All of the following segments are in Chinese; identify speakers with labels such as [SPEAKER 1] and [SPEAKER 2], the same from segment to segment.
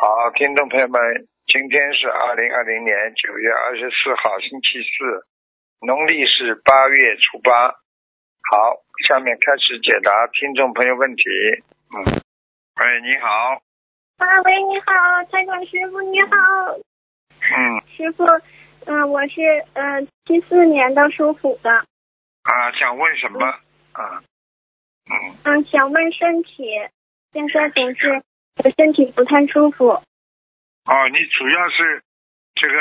[SPEAKER 1] 好，听众朋友们，今天是二零二零年九月二十四号，星期四，农历是八月初八。好，下面开始解答听众朋友问题。嗯，喂，你好，
[SPEAKER 2] 啊，喂，你好，台长师傅，你好，
[SPEAKER 1] 嗯
[SPEAKER 2] 师傅，嗯、我是嗯七四年的属虎的，
[SPEAKER 1] 啊，想问什么？啊，嗯，
[SPEAKER 2] 嗯、想问身体，现在总是我身体不太舒服，啊
[SPEAKER 1] 哦，你主要是这个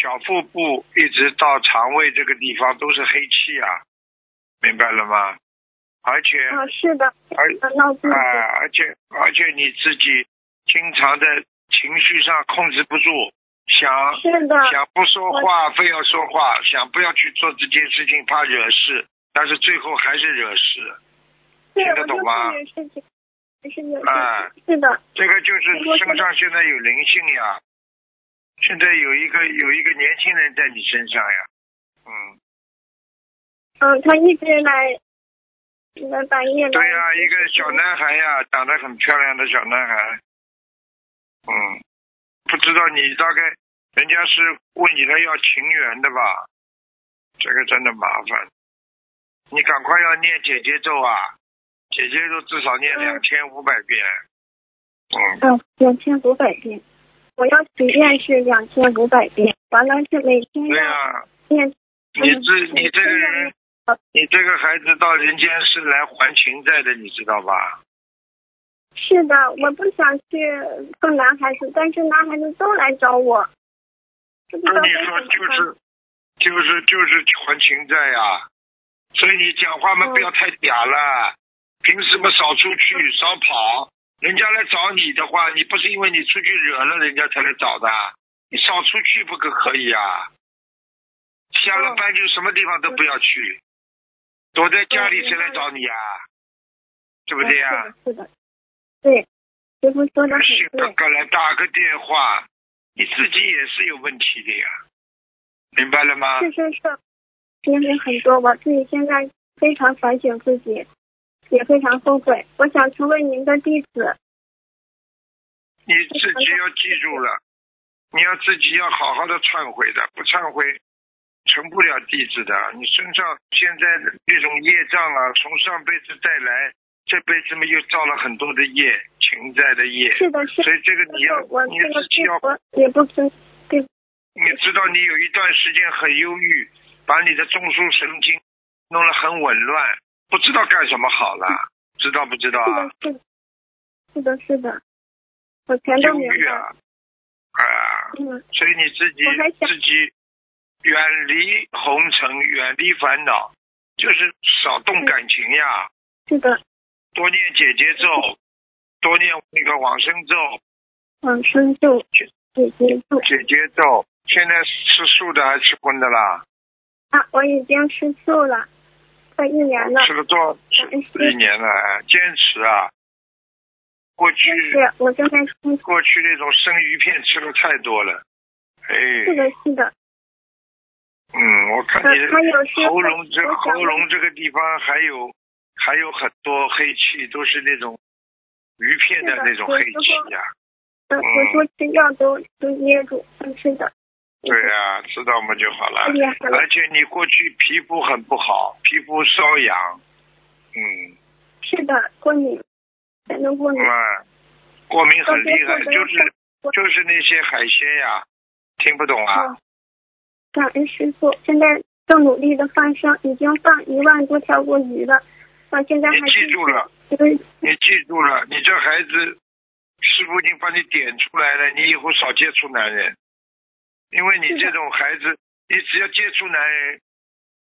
[SPEAKER 1] 小腹部一直到肠胃这个地方都是黑气啊，明白了吗？而且，
[SPEAKER 2] 啊，是的，
[SPEAKER 1] 而
[SPEAKER 2] 呃闹肚子
[SPEAKER 1] 啊，，而且而且你自己经常的情绪上控制不住，想
[SPEAKER 2] 是的，
[SPEAKER 1] 想不说话非要说话，想不要去做这件事情怕惹事，但是最后还是惹事。
[SPEAKER 2] 对，
[SPEAKER 1] 听
[SPEAKER 2] 我
[SPEAKER 1] 得
[SPEAKER 2] 就
[SPEAKER 1] 懂吗
[SPEAKER 2] 是事情，是有事情
[SPEAKER 1] 啊
[SPEAKER 2] 是的，
[SPEAKER 1] 这个就是身上现在有灵性呀，现在有一个有一个年轻人在你身上呀，嗯，
[SPEAKER 2] 嗯、他一直来，来半夜来，
[SPEAKER 1] 对呀、一个小男孩呀，长得很漂亮的小男孩，嗯，不知道你大概人家是问你来要情缘的吧？这个真的麻烦，你赶快要念姐姐咒啊，姐姐咒至少念
[SPEAKER 2] 嗯
[SPEAKER 1] 两千五百遍，嗯，
[SPEAKER 2] 嗯，两千五百遍，我要许愿是两千五百遍，完了是每天
[SPEAKER 1] 对
[SPEAKER 2] 要
[SPEAKER 1] 呀、
[SPEAKER 2] 念，
[SPEAKER 1] 你这你这个人，你这个孩子到人间是来还情债的，你知道吧？
[SPEAKER 2] 是的，我不想去碰男孩子，但是男孩子都来找我，不知
[SPEAKER 1] 跟
[SPEAKER 2] 道
[SPEAKER 1] 你
[SPEAKER 2] 该怎
[SPEAKER 1] 说
[SPEAKER 2] 么
[SPEAKER 1] 就
[SPEAKER 2] 办。
[SPEAKER 1] 是就是就是还情债呀、所以你讲话嘛
[SPEAKER 2] 嗯
[SPEAKER 1] 不要太嗲了，平时嘛少出去少跑，人家来找你的话，你不是因为你出去惹了人家才来找的，你少出去不可可以啊？下了
[SPEAKER 2] 嗯
[SPEAKER 1] 班就什么地方都不要去，躲在家里
[SPEAKER 2] 嗯
[SPEAKER 1] 谁来
[SPEAKER 2] 明白
[SPEAKER 1] 找你啊？对不
[SPEAKER 2] 嗯
[SPEAKER 1] 对呀、
[SPEAKER 2] 是的，是的，对，师傅说的很
[SPEAKER 1] 是哥
[SPEAKER 2] 对，
[SPEAKER 1] 哥来打个电话，你自己也是有问题的呀，明白了吗？
[SPEAKER 2] 是是是，经历很多，我自己现在非常反省自己，也非常后悔。我想成为您的弟子，
[SPEAKER 1] 你自己要记住了，你要自己要好好的忏悔的，不忏悔成不了弟子的。你身上现在的这种业障啊，从上辈子带来，这辈子嘛又造了很多的业，情债的业，
[SPEAKER 2] 是的，是的
[SPEAKER 1] 所，以这个你
[SPEAKER 2] 师
[SPEAKER 1] 要
[SPEAKER 2] 傅，我
[SPEAKER 1] 你
[SPEAKER 2] 这个
[SPEAKER 1] 自己要
[SPEAKER 2] 我也不知对
[SPEAKER 1] 你知道你有一段时间很忧郁，把你的中枢神经弄得很紊乱，不知道干什么好了，知道不知道啊？
[SPEAKER 2] 嗯是的，是的，是的，是的，我全都
[SPEAKER 1] 忧
[SPEAKER 2] 明
[SPEAKER 1] 郁
[SPEAKER 2] 白。
[SPEAKER 1] 啊，啊，
[SPEAKER 2] 嗯，
[SPEAKER 1] 所以你自己
[SPEAKER 2] 我还想
[SPEAKER 1] 自己远离红尘，远离烦恼，就是少动感情呀，
[SPEAKER 2] 是的，
[SPEAKER 1] 多念姐姐咒，多念那个往生咒，
[SPEAKER 2] 往生咒姐姐咒
[SPEAKER 1] 姐姐咒。现在吃素的还是吃荤的啦？
[SPEAKER 2] 啊，我已经吃素了，快一年了。
[SPEAKER 1] 吃了多少？
[SPEAKER 2] 嗯
[SPEAKER 1] 一年了，哎坚持啊！过去
[SPEAKER 2] 是，我正在吃。
[SPEAKER 1] 过去那种生鱼片吃的太多了，哎，
[SPEAKER 2] 是的，是的，
[SPEAKER 1] 嗯，我看
[SPEAKER 2] 呃
[SPEAKER 1] 你
[SPEAKER 2] 还有是
[SPEAKER 1] 喉咙这
[SPEAKER 2] 我想
[SPEAKER 1] 喉咙这个地方还有还有很多黑气，都是那种鱼片的
[SPEAKER 2] 是的
[SPEAKER 1] 那种
[SPEAKER 2] 有
[SPEAKER 1] 黑
[SPEAKER 2] 时候
[SPEAKER 1] 气呀、嗯
[SPEAKER 2] 呃我说吃药都都噎住，嗯，是的。
[SPEAKER 1] 对啊呀、知道吗就好了。
[SPEAKER 2] 哎呀好了
[SPEAKER 1] 而且你过去皮肤很不好，皮肤瘙痒，嗯，
[SPEAKER 2] 是的，过敏，才能过敏。
[SPEAKER 1] 啊，过敏很厉害，
[SPEAKER 2] 嗯我觉得
[SPEAKER 1] 就是
[SPEAKER 2] 我
[SPEAKER 1] 就是那些海鲜呀、听不懂啊？
[SPEAKER 2] 嗯感恩师傅，现在正努力的放生，已经放一万多条过鱼了，到现在还
[SPEAKER 1] 你记住了。
[SPEAKER 2] 因为
[SPEAKER 1] 你记住了，你这孩子，师傅已经帮你点出来了，你以后少接触男人，因为你
[SPEAKER 2] 是的
[SPEAKER 1] 这种孩子，你只要接触男人，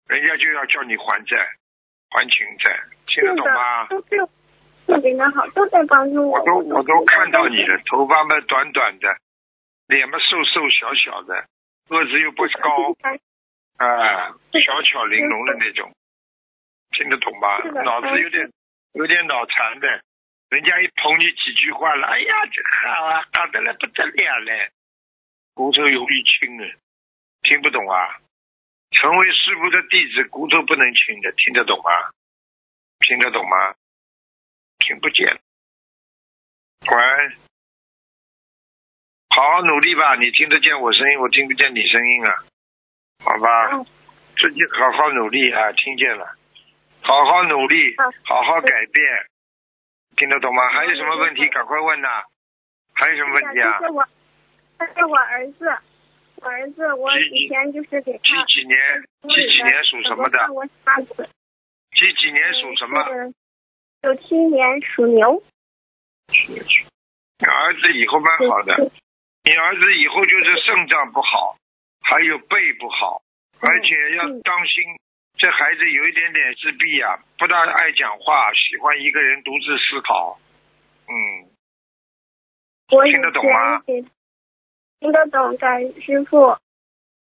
[SPEAKER 1] 人家就要叫你还债，还情债，听得
[SPEAKER 2] 是
[SPEAKER 1] 懂
[SPEAKER 2] 的
[SPEAKER 1] 吗？
[SPEAKER 2] 都对我特别的好，都在帮助
[SPEAKER 1] 我
[SPEAKER 2] 我。
[SPEAKER 1] 都我都看到你
[SPEAKER 2] 了。
[SPEAKER 1] 了，头发嘛短短的，脸嘛瘦瘦小小的，个子又不 高啊，小巧玲珑的那种，听得懂吧
[SPEAKER 2] 是的？嗯
[SPEAKER 1] 脑子有点有点脑残的，人家一捧你几句话了，哎呀，这个好啊，好的了不得了嘞，骨头容易轻啊，听不懂啊？成为师傅的弟子，骨头不能轻的，听得懂吗？听得懂吗？听不见。喂，好好努力吧，你听得见我声音，我听不见你声音啊，好吧？
[SPEAKER 2] 嗯
[SPEAKER 1] 自己好好努力啊，听见了，好好努力
[SPEAKER 2] 嗯，
[SPEAKER 1] 好好改变，听得懂吗？还有什么问题
[SPEAKER 2] 嗯
[SPEAKER 1] 赶快问呐、还有什么问题啊
[SPEAKER 2] 就？是我，他是我儿子，我儿子，我
[SPEAKER 1] 几
[SPEAKER 2] 以前就是给他
[SPEAKER 1] 几几年？几几年属什么的？
[SPEAKER 2] 我杀过。
[SPEAKER 1] 几几年属什么？？
[SPEAKER 2] 九七年属牛。
[SPEAKER 1] 你儿子以后蛮好的，你儿子以后就是肾脏不好，还有背不好，
[SPEAKER 2] 嗯
[SPEAKER 1] 而且要当心，这孩子有一点点自闭啊，不大爱讲话，喜欢一个人独自思考。嗯，
[SPEAKER 2] 我以
[SPEAKER 1] 听得懂吗
[SPEAKER 2] 前一直听得懂，感恩师傅。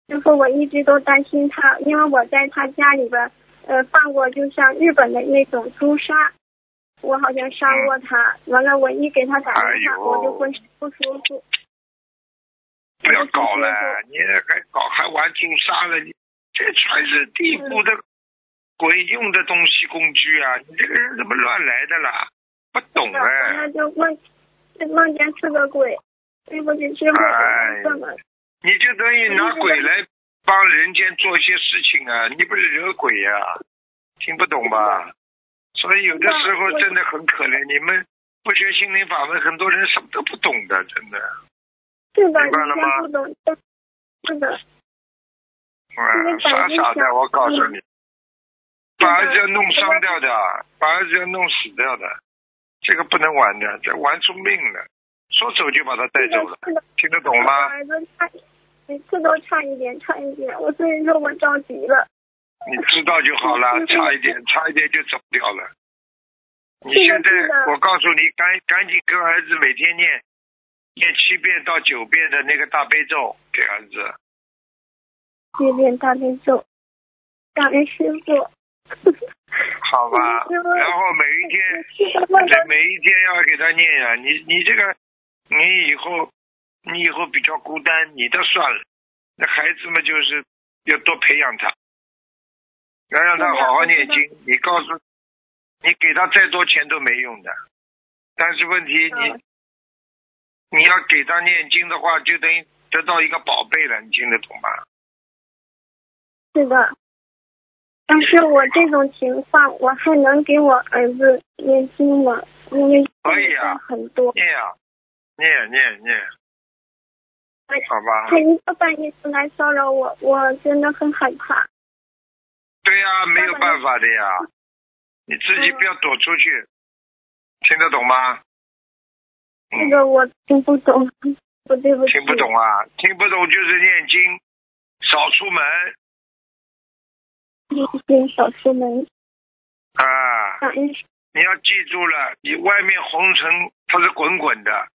[SPEAKER 2] 师傅，我一直都担心他，因为我在他家里边，呃，放过就像日本的那种朱砂，我好像伤过他。完了，我一给他打
[SPEAKER 1] 嗯哎
[SPEAKER 2] 电话，
[SPEAKER 1] 呦
[SPEAKER 2] 我就浑身不舒服。
[SPEAKER 1] 不要搞了，你还搞还玩朱砂了，你这全是地府的鬼用的东西工具啊！你这个人怎么乱来的啦？不懂哎、
[SPEAKER 2] 完了就梦，就梦见是个鬼。对不起，师傅，
[SPEAKER 1] 哎
[SPEAKER 2] 我怎么？
[SPEAKER 1] 你就等于拿鬼来帮人间做一些事情啊！你不是惹鬼呀、听不懂吧？所以有的时候真的很可怜，你们不学心灵法门，很多人什么都不懂的，真的。
[SPEAKER 2] 是的，
[SPEAKER 1] 明
[SPEAKER 2] 以
[SPEAKER 1] 白了
[SPEAKER 2] 前
[SPEAKER 1] 吗
[SPEAKER 2] 不懂，是的，
[SPEAKER 1] 啊，傻傻的，我告诉
[SPEAKER 2] 嗯
[SPEAKER 1] 你，把儿子要弄伤掉的，把儿子要弄死掉的，这个不能玩的，这玩出命了，说走就把他带
[SPEAKER 2] 是的
[SPEAKER 1] 走了，，
[SPEAKER 2] 是的。
[SPEAKER 1] 听得懂
[SPEAKER 2] 我
[SPEAKER 1] 吗？
[SPEAKER 2] 儿子差一，每次都差一点，差一点。我所以说我着急了。
[SPEAKER 1] 你知道就好
[SPEAKER 2] 嗯
[SPEAKER 1] 了，差一点，差一点就走掉了。你现在
[SPEAKER 2] 是的是，的
[SPEAKER 1] 我告诉你，赶赶紧跟儿子每天念念七遍到九遍的那个大悲咒给儿子。
[SPEAKER 2] 这边大悲咒，感恩师傅。
[SPEAKER 1] 好吧，
[SPEAKER 2] 嗯
[SPEAKER 1] 然后每一天，这每一天要给他念呀、你你这个，你以后你以后比较孤单，你倒算了，那孩子们就是要多培养他，要让他好好念经。你告诉，你给他再多钱都没用的，但是问题你、
[SPEAKER 2] 嗯
[SPEAKER 1] 你要给他念经的话，就等于得到一个宝贝了，你听得懂吗？
[SPEAKER 2] 是的，但是我这种情况，我还能给我儿子念经吗？因为
[SPEAKER 1] 可以啊
[SPEAKER 2] 很多，
[SPEAKER 1] 念啊，念念念，
[SPEAKER 2] 哎
[SPEAKER 1] 好吧。
[SPEAKER 2] 他一个半夜就来骚扰我，我真的很害怕。
[SPEAKER 1] 对呀、没有办法的呀，你自己不要躲出去，听得懂吗？嗯
[SPEAKER 2] 这，个我听不懂，我对不起。
[SPEAKER 1] 听不。懂啊，听不懂就是念经，少出门
[SPEAKER 2] 念小出门，
[SPEAKER 1] 啊！
[SPEAKER 2] 感恩师
[SPEAKER 1] 你要记住了，你外面红尘它是滚滚的，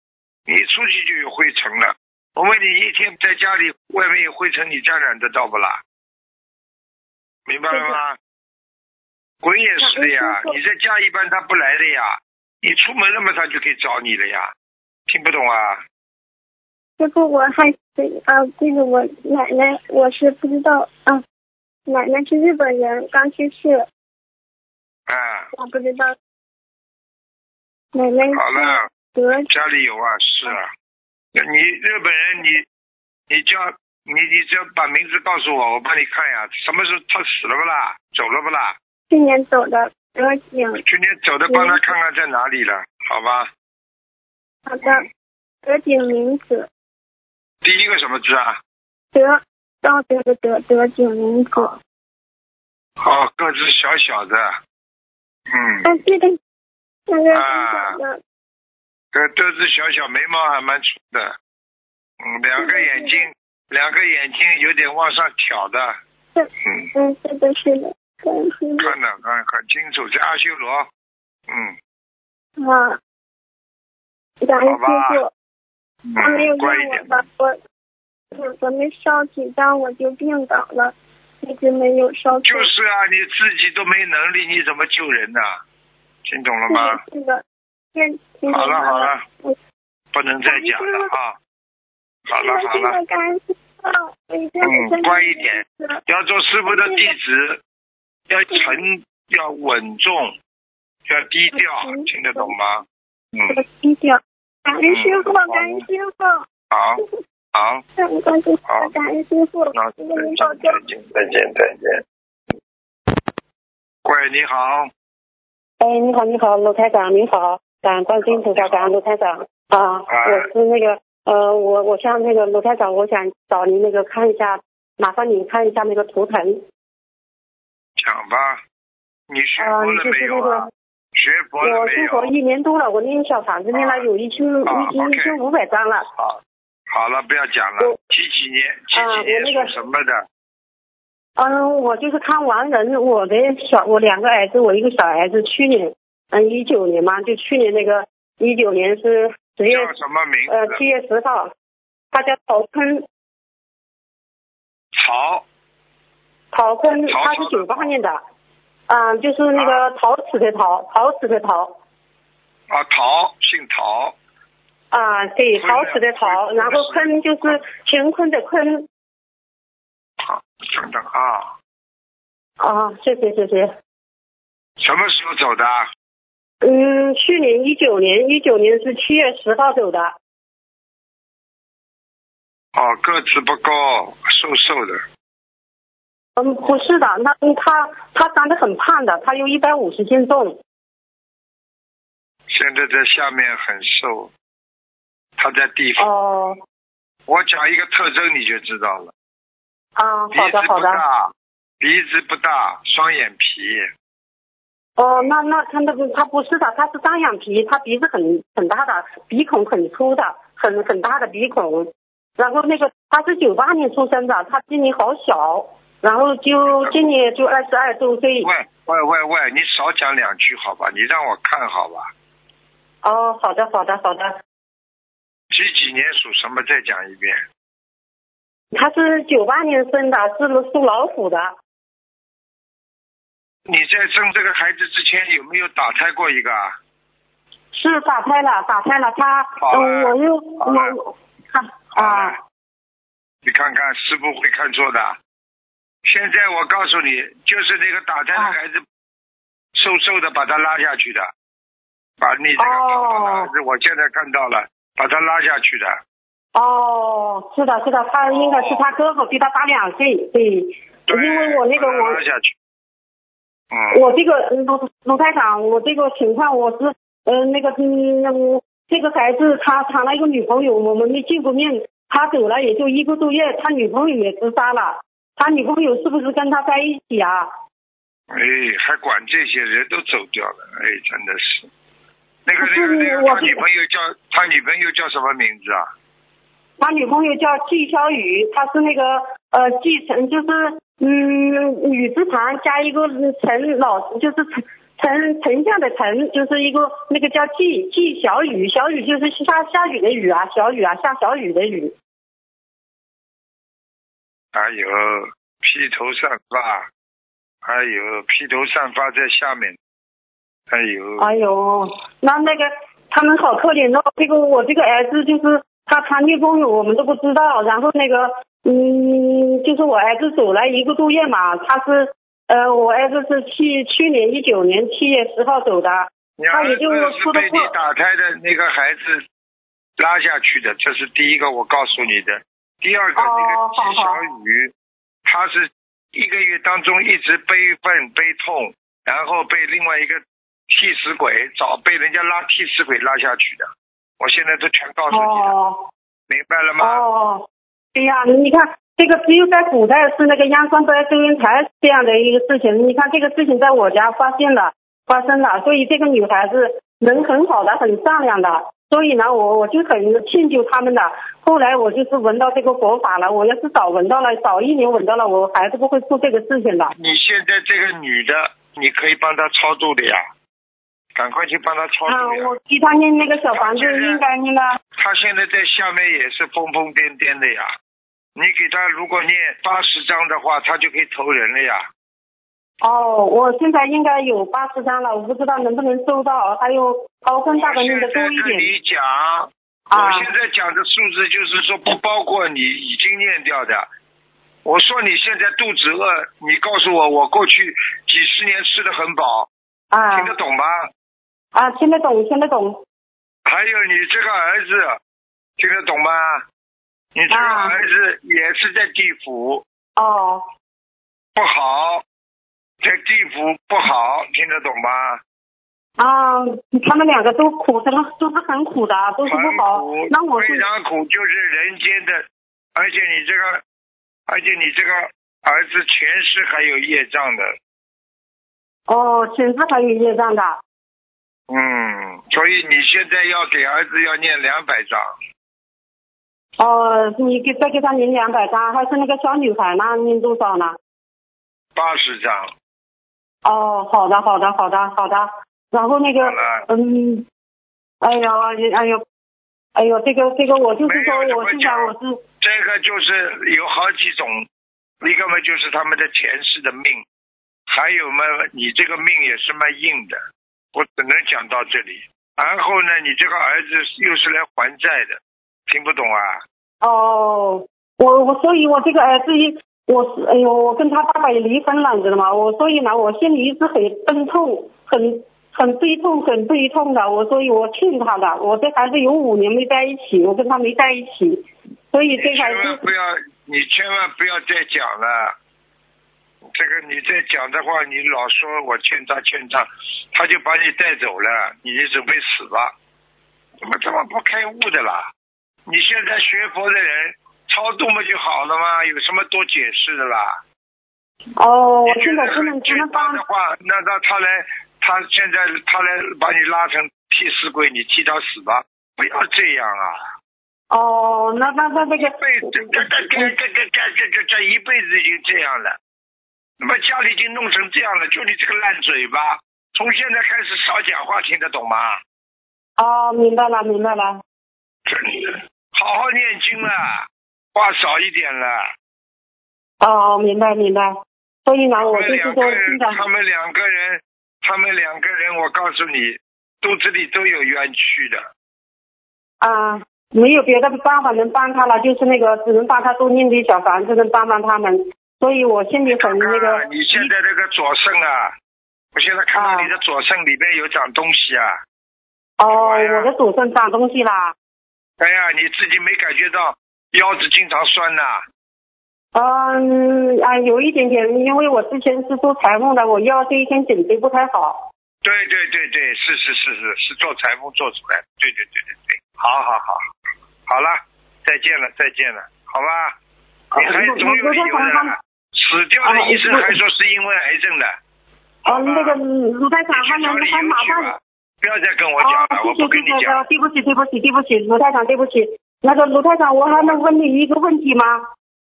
[SPEAKER 1] 你一出去就有灰尘了。我问你，一天在家里，外面有灰尘，你沾染得到不啦？明白了吗？鬼也是的呀
[SPEAKER 2] 感恩师，父
[SPEAKER 1] 你在家一般他不来的呀，你出门了嘛，他就可以找你了呀。听不懂啊？
[SPEAKER 2] 师傅，我还是啊，这个我奶奶我是不知道啊，奶奶是日本人，刚去世，
[SPEAKER 1] 啊，
[SPEAKER 2] 我不知道。奶奶
[SPEAKER 1] 好了，
[SPEAKER 2] 得
[SPEAKER 1] 家里有啊，是啊。那你日本人，你你叫你你只要把名字告诉我，我帮你看呀。什么时候他死了不啦？走了不啦？
[SPEAKER 2] 去年走的得颈，
[SPEAKER 1] 今天走的帮他看看在哪里了，好吧？
[SPEAKER 2] 好的，
[SPEAKER 1] 嗯
[SPEAKER 2] 得颈名子
[SPEAKER 1] 第一个什么字啊？
[SPEAKER 2] 得道德的得得颈名子，
[SPEAKER 1] 哦，个子小小的，嗯，
[SPEAKER 2] 但这个那个
[SPEAKER 1] 啊
[SPEAKER 2] 小的
[SPEAKER 1] 个个子小小，眉毛还蛮粗的，嗯，两个眼睛，两个眼睛有点往上挑的，嗯，
[SPEAKER 2] 嗯，是的，是的，感恩师
[SPEAKER 1] 看得很很清楚，在阿修罗，嗯。
[SPEAKER 2] 傅啊，感恩师
[SPEAKER 1] 好
[SPEAKER 2] 傅。他没有
[SPEAKER 1] 嗯，乖一
[SPEAKER 2] 让我
[SPEAKER 1] 点。
[SPEAKER 2] 吧，我我我没烧几张我就病倒了，一直没有烧
[SPEAKER 1] 就
[SPEAKER 2] 错。
[SPEAKER 1] 是啊，你自己都没能力，你怎么救人呢、听懂了吗？
[SPEAKER 2] 是的，是的。现现在
[SPEAKER 1] 好了好了
[SPEAKER 2] 我，
[SPEAKER 1] 不能再讲了啊！好了好
[SPEAKER 2] 现
[SPEAKER 1] 了，
[SPEAKER 2] 在感恩师傅，我已经
[SPEAKER 1] 嗯
[SPEAKER 2] 真的
[SPEAKER 1] 乖一点
[SPEAKER 2] 是的。
[SPEAKER 1] 要做师傅的弟子，要沉，要稳重，要低调
[SPEAKER 2] 嗯，
[SPEAKER 1] 听得懂吗？嗯，
[SPEAKER 2] 我低调。感恩师傅，感恩师傅，
[SPEAKER 1] 好，好，
[SPEAKER 2] 那你关注
[SPEAKER 1] 好
[SPEAKER 2] 感恩师傅，
[SPEAKER 1] 那
[SPEAKER 2] 谢
[SPEAKER 1] 再
[SPEAKER 2] 谢您
[SPEAKER 1] 见，
[SPEAKER 2] 保重。
[SPEAKER 1] 再见，再见，再见。喂，你好，
[SPEAKER 3] 哎，你好，你好，卢台长，您好，感恩观世音菩萨，感恩卢台长啊，我是那个呃，我我向那个卢台长，我想找您那个看一下，麻烦你看一下那个图腾
[SPEAKER 1] 讲吧，你学
[SPEAKER 3] 啊，
[SPEAKER 1] 佛
[SPEAKER 3] 你
[SPEAKER 1] 了
[SPEAKER 3] 就
[SPEAKER 1] 没
[SPEAKER 3] 是那
[SPEAKER 1] 有
[SPEAKER 3] 个
[SPEAKER 1] 啊？学佛了
[SPEAKER 3] 我
[SPEAKER 1] 没
[SPEAKER 3] 信佛
[SPEAKER 1] 有？
[SPEAKER 3] 一年多了，我念小房子念了有一千
[SPEAKER 1] 啊
[SPEAKER 3] 一千一
[SPEAKER 1] OK
[SPEAKER 3] 千五百张了，
[SPEAKER 1] 好，好了，不要讲了
[SPEAKER 3] 我。
[SPEAKER 1] 几几年？几
[SPEAKER 3] 啊
[SPEAKER 1] 几
[SPEAKER 3] 我那
[SPEAKER 1] 年
[SPEAKER 3] 个
[SPEAKER 1] 属什么的？
[SPEAKER 3] 嗯，我就是看完人，我的小我两个儿子，我一个小儿子去年嗯一九年嘛，就去年那个一九年是十月
[SPEAKER 1] 叫什么名
[SPEAKER 3] 呃
[SPEAKER 1] 字
[SPEAKER 3] 七？月十号，他叫陶坤。
[SPEAKER 1] 曹
[SPEAKER 3] 陶坤，
[SPEAKER 1] 陶
[SPEAKER 3] 他
[SPEAKER 1] 陶
[SPEAKER 3] 是
[SPEAKER 1] 的
[SPEAKER 3] 九八年的，嗯，就是那个陶瓷的陶，陶瓷的陶，
[SPEAKER 1] 啊，陶，姓陶。
[SPEAKER 3] 啊，对，
[SPEAKER 1] 坤
[SPEAKER 3] 陶瓷的陶，
[SPEAKER 1] 坤
[SPEAKER 3] 然后坤就是乾坤的坤，
[SPEAKER 1] 好，等等啊，
[SPEAKER 3] 啊，谢谢谢谢，
[SPEAKER 1] 什么时候走的？哦
[SPEAKER 3] 嗯，去年一九年，一九年是七月十号走的，
[SPEAKER 1] 哦，个子不高，瘦瘦的。
[SPEAKER 3] 嗯，不是的，那他他长得很胖的，他有一百五十斤重，
[SPEAKER 1] 现在在下面很瘦，他在地府。
[SPEAKER 3] 哦，
[SPEAKER 1] 我讲一个特征你就知道了，
[SPEAKER 3] 啊，
[SPEAKER 1] 鼻
[SPEAKER 3] 好
[SPEAKER 1] 子
[SPEAKER 3] 的好
[SPEAKER 1] 不
[SPEAKER 3] 的，
[SPEAKER 1] 大，鼻子不大，双眼皮，
[SPEAKER 3] 哎哦，那那他那个他不是的，他是张眼皮，他鼻子很很大的，鼻孔很粗的，很很大的鼻孔。然后那个他是九八年出生的，他今年好小，然后就今年就二十二周岁。
[SPEAKER 1] 喂喂喂喂，你少讲两句好吧？你让我看好吧？
[SPEAKER 3] 哦，好的好的好的，
[SPEAKER 1] 几几年属什么？再讲一遍。
[SPEAKER 3] 他是九八年生的，是属老虎的。
[SPEAKER 1] 你在生这个孩子之前有没有打胎过一个啊？
[SPEAKER 3] 是打胎了，打胎了，他，
[SPEAKER 1] 好
[SPEAKER 3] 呃
[SPEAKER 1] 了
[SPEAKER 3] 我又
[SPEAKER 1] 好了
[SPEAKER 3] 我
[SPEAKER 1] 好
[SPEAKER 3] 啊
[SPEAKER 1] 了，你看看师傅会看错的。现在我告诉你，就是那个打胎
[SPEAKER 3] 啊
[SPEAKER 1] 的孩子，瘦瘦的把他拉下去的，把你这个胖胖的
[SPEAKER 3] 哦
[SPEAKER 1] 孩子，我现在看到了，把他拉下去的。
[SPEAKER 3] 哦，是的是的，他应该是他哥哥比他大两岁，对，
[SPEAKER 1] 对，
[SPEAKER 3] 因为我那个
[SPEAKER 1] 把他
[SPEAKER 3] 我
[SPEAKER 1] 拉下去。嗯，
[SPEAKER 3] 我这个嗯卢卢台长，我这个情况我是呃那个嗯我这个孩子他谈了一个女朋友，我们没见过面，他走了也就一个多月，他女朋友也自杀了，他女朋友是不是跟他在一起啊？
[SPEAKER 1] 哎，还管这些人都走掉了，哎，真的是。那个
[SPEAKER 3] 不
[SPEAKER 1] 那
[SPEAKER 3] 是
[SPEAKER 1] 个那个，
[SPEAKER 3] 我
[SPEAKER 1] 他
[SPEAKER 3] 是
[SPEAKER 1] 女朋友叫他女朋友叫什么名字啊？
[SPEAKER 3] 他女朋友叫季小雨，她是那个呃继承就是嗯女字旁加一个嗯陈老就是陈陈丞相的陈，就是一个那个叫季季小雨，小雨就是下下雨的雨啊，小雨啊下小雨的雨。
[SPEAKER 1] 还有哎披头散发，还有披头散发在下面，还有
[SPEAKER 3] 哎呦，那那个他们好可怜哦。这个我这个儿子就是他谈女朋友，我们都不知道。然后那个，嗯，就是我儿子走了一个多月嘛，他是，呃，我儿子是去去年一九年七月十号走的。
[SPEAKER 1] 你儿
[SPEAKER 3] 也
[SPEAKER 1] 子
[SPEAKER 3] 就是说
[SPEAKER 1] 是
[SPEAKER 3] 出的
[SPEAKER 1] 被你
[SPEAKER 3] 货
[SPEAKER 1] 打胎的那个孩子拉下去的，这是第一个我告诉你的。第二个，
[SPEAKER 3] 哦
[SPEAKER 1] 那个
[SPEAKER 3] 好
[SPEAKER 1] 季小
[SPEAKER 3] 好
[SPEAKER 1] 雨，她是一个月当中一直悲愤悲痛，然后被另外一个替死鬼找被人家拉替死鬼拉下去的。我现在都全告诉你了，
[SPEAKER 3] 哦
[SPEAKER 1] 明白了吗？
[SPEAKER 3] 哦，对呀、你看这个只有在古代是那个央三白周恩台这样的一个事情，你看这个事情在我家发现了，发生了，所以这个女孩子人很好的，很善良的，所以呢，我我就很歉疚他们的。后来我就是闻到这个佛法了，我要是早闻到了，早一年闻到了，我还是不会出这个事情的。
[SPEAKER 1] 你现在这个女的，你可以帮她超度的呀，赶快去帮她超
[SPEAKER 3] 啊
[SPEAKER 1] 度，呀。
[SPEAKER 3] 我给他念那个小房子，应该念啊了。
[SPEAKER 1] 她现在在下面也是疯疯癫癫的呀，你给她如果念八十章的话，她就可以投人了呀。
[SPEAKER 3] 哦，我现在应该有八十张了，我不知道能不能收到，还有高分大
[SPEAKER 1] 我
[SPEAKER 3] 本
[SPEAKER 1] 现
[SPEAKER 3] 念的
[SPEAKER 1] 在
[SPEAKER 3] 多一
[SPEAKER 1] 跟
[SPEAKER 3] 点。
[SPEAKER 1] 你讲，我
[SPEAKER 3] 啊
[SPEAKER 1] 现在讲的数字就是说不包括你已经念掉的。我说你现在肚子饿，你告诉我，我过去几十年吃的很饱，
[SPEAKER 3] 啊
[SPEAKER 1] 听得懂吗？
[SPEAKER 3] 啊，听得懂，听得懂。
[SPEAKER 1] 还有你这个儿子，听得懂吗？你这个
[SPEAKER 3] 啊
[SPEAKER 1] 儿子也是在地府，
[SPEAKER 3] 哦，
[SPEAKER 1] 不好，在地府不好，听得懂吧？
[SPEAKER 3] 啊，他们两个都苦，什么都是很苦的，都是
[SPEAKER 1] 很
[SPEAKER 3] 不好
[SPEAKER 1] 苦，。
[SPEAKER 3] 那我
[SPEAKER 1] 非
[SPEAKER 3] 是
[SPEAKER 1] 常苦，就是人间的，而且你这个，而且你这个儿子前世还有业障的，
[SPEAKER 3] 哦，请他才有业障的。
[SPEAKER 1] 嗯，所以你现在要给儿子要念两百章，
[SPEAKER 3] 哦，你给再给他领两百张，还是那个小女孩呢？领多少呢？
[SPEAKER 1] 八十章，
[SPEAKER 3] 哦，好的，好的，好的，好的。然后那个
[SPEAKER 1] 好了，
[SPEAKER 3] 嗯，哎呀，哎呦，哎呦，这个这个，我就是
[SPEAKER 1] 没有
[SPEAKER 3] 说，
[SPEAKER 1] 怎
[SPEAKER 3] 我
[SPEAKER 1] 么
[SPEAKER 3] 是想，
[SPEAKER 1] 讲
[SPEAKER 3] 我是
[SPEAKER 1] 这个就是有好几种，一个嘛就是他们的前世的命，还有嘛你这个命也是蛮硬的，我只能讲到这里。然后呢，你这个儿子又是来还债的，听不懂啊？
[SPEAKER 3] 哦，我我所以，我这个儿子一，我是哎呦，我跟他爸爸也离婚了，你知道吗？我所以呢，我心里一直很悲痛，很很悲痛，很悲痛的。我所以，我劝他的，我这孩子有五年没在一起，我跟他没在一起，所以
[SPEAKER 1] 你
[SPEAKER 3] 这孩
[SPEAKER 1] 千万
[SPEAKER 3] 子
[SPEAKER 1] 不要，你千万不要再讲了。这个你再讲的话，你老说我欠他欠他，他就把你带走了，你就准备死了。怎么这么不开悟的啦？你现在学佛的人超度不就好了吗？有什么多解释的啦？
[SPEAKER 3] 哦，我
[SPEAKER 1] 你觉
[SPEAKER 3] 现在
[SPEAKER 1] 得
[SPEAKER 3] 不能
[SPEAKER 1] 很
[SPEAKER 3] 不
[SPEAKER 1] 简
[SPEAKER 3] 能
[SPEAKER 1] 单
[SPEAKER 3] 帮
[SPEAKER 1] 的话，那让他来，他现在他来把你拉成替死鬼，你替他死吧，不要这样啊！
[SPEAKER 3] 哦，那那那那个
[SPEAKER 1] 辈子，这这这这这这这这这一辈子已经这样了，那么家里已经弄成这样了，就你这个烂嘴巴，从现在开始少讲话，听得懂吗？
[SPEAKER 3] 哦，明白了明白了，
[SPEAKER 1] 真的，好好念经了，话少一点了。
[SPEAKER 3] 哦，明白明白。所以呢，
[SPEAKER 1] 他
[SPEAKER 3] 我
[SPEAKER 1] 们
[SPEAKER 3] 就是
[SPEAKER 1] 两
[SPEAKER 3] 说
[SPEAKER 1] 个，人，
[SPEAKER 3] 经常
[SPEAKER 1] 他们两个人，他们两个人，我告诉你，肚子里都有冤屈的。
[SPEAKER 3] 啊，没有别的办法能帮他了，就是那个只能帮他多念点小房子，能帮帮他们。所以我心里很
[SPEAKER 1] 看
[SPEAKER 3] 那个
[SPEAKER 1] 啊看，你现在这个左肾啊，我现在看到
[SPEAKER 3] 啊
[SPEAKER 1] 你的左肾里面有长东西啊。
[SPEAKER 3] 哦，我的祖上长东西啦。
[SPEAKER 1] 哎呀，你自己没感觉到腰子经常酸呐、
[SPEAKER 3] 嗯啊，有一点点，因为我之前是做裁缝的，我腰这一天颈椎不太好。
[SPEAKER 1] 对对对对，是是是是是做裁缝做出来的，对对对对对，好好好，好了，再见了再见了，好吧？
[SPEAKER 3] 哦
[SPEAKER 1] 你啊还
[SPEAKER 3] 我
[SPEAKER 1] 总有啊
[SPEAKER 3] 我
[SPEAKER 1] 理由
[SPEAKER 3] 我
[SPEAKER 1] 的，死掉
[SPEAKER 3] 啊
[SPEAKER 1] 的医生还说是因为癌症的，
[SPEAKER 3] 哦，那
[SPEAKER 1] 啊
[SPEAKER 3] 个卢台长，
[SPEAKER 1] 你
[SPEAKER 3] 他
[SPEAKER 1] 去找
[SPEAKER 3] 能不
[SPEAKER 1] 理
[SPEAKER 3] 能
[SPEAKER 1] 由
[SPEAKER 3] 麻
[SPEAKER 1] 去
[SPEAKER 3] 烦
[SPEAKER 1] 吧，不要再跟我讲了，
[SPEAKER 3] 哦
[SPEAKER 1] 我
[SPEAKER 3] 谢
[SPEAKER 1] 不
[SPEAKER 3] 谢
[SPEAKER 1] 跟
[SPEAKER 3] 谢
[SPEAKER 1] 你
[SPEAKER 3] 谢，
[SPEAKER 1] 讲，
[SPEAKER 3] 对不起对不起对不起，卢台长对不起。那个卢台长，我还能问你一个问题吗？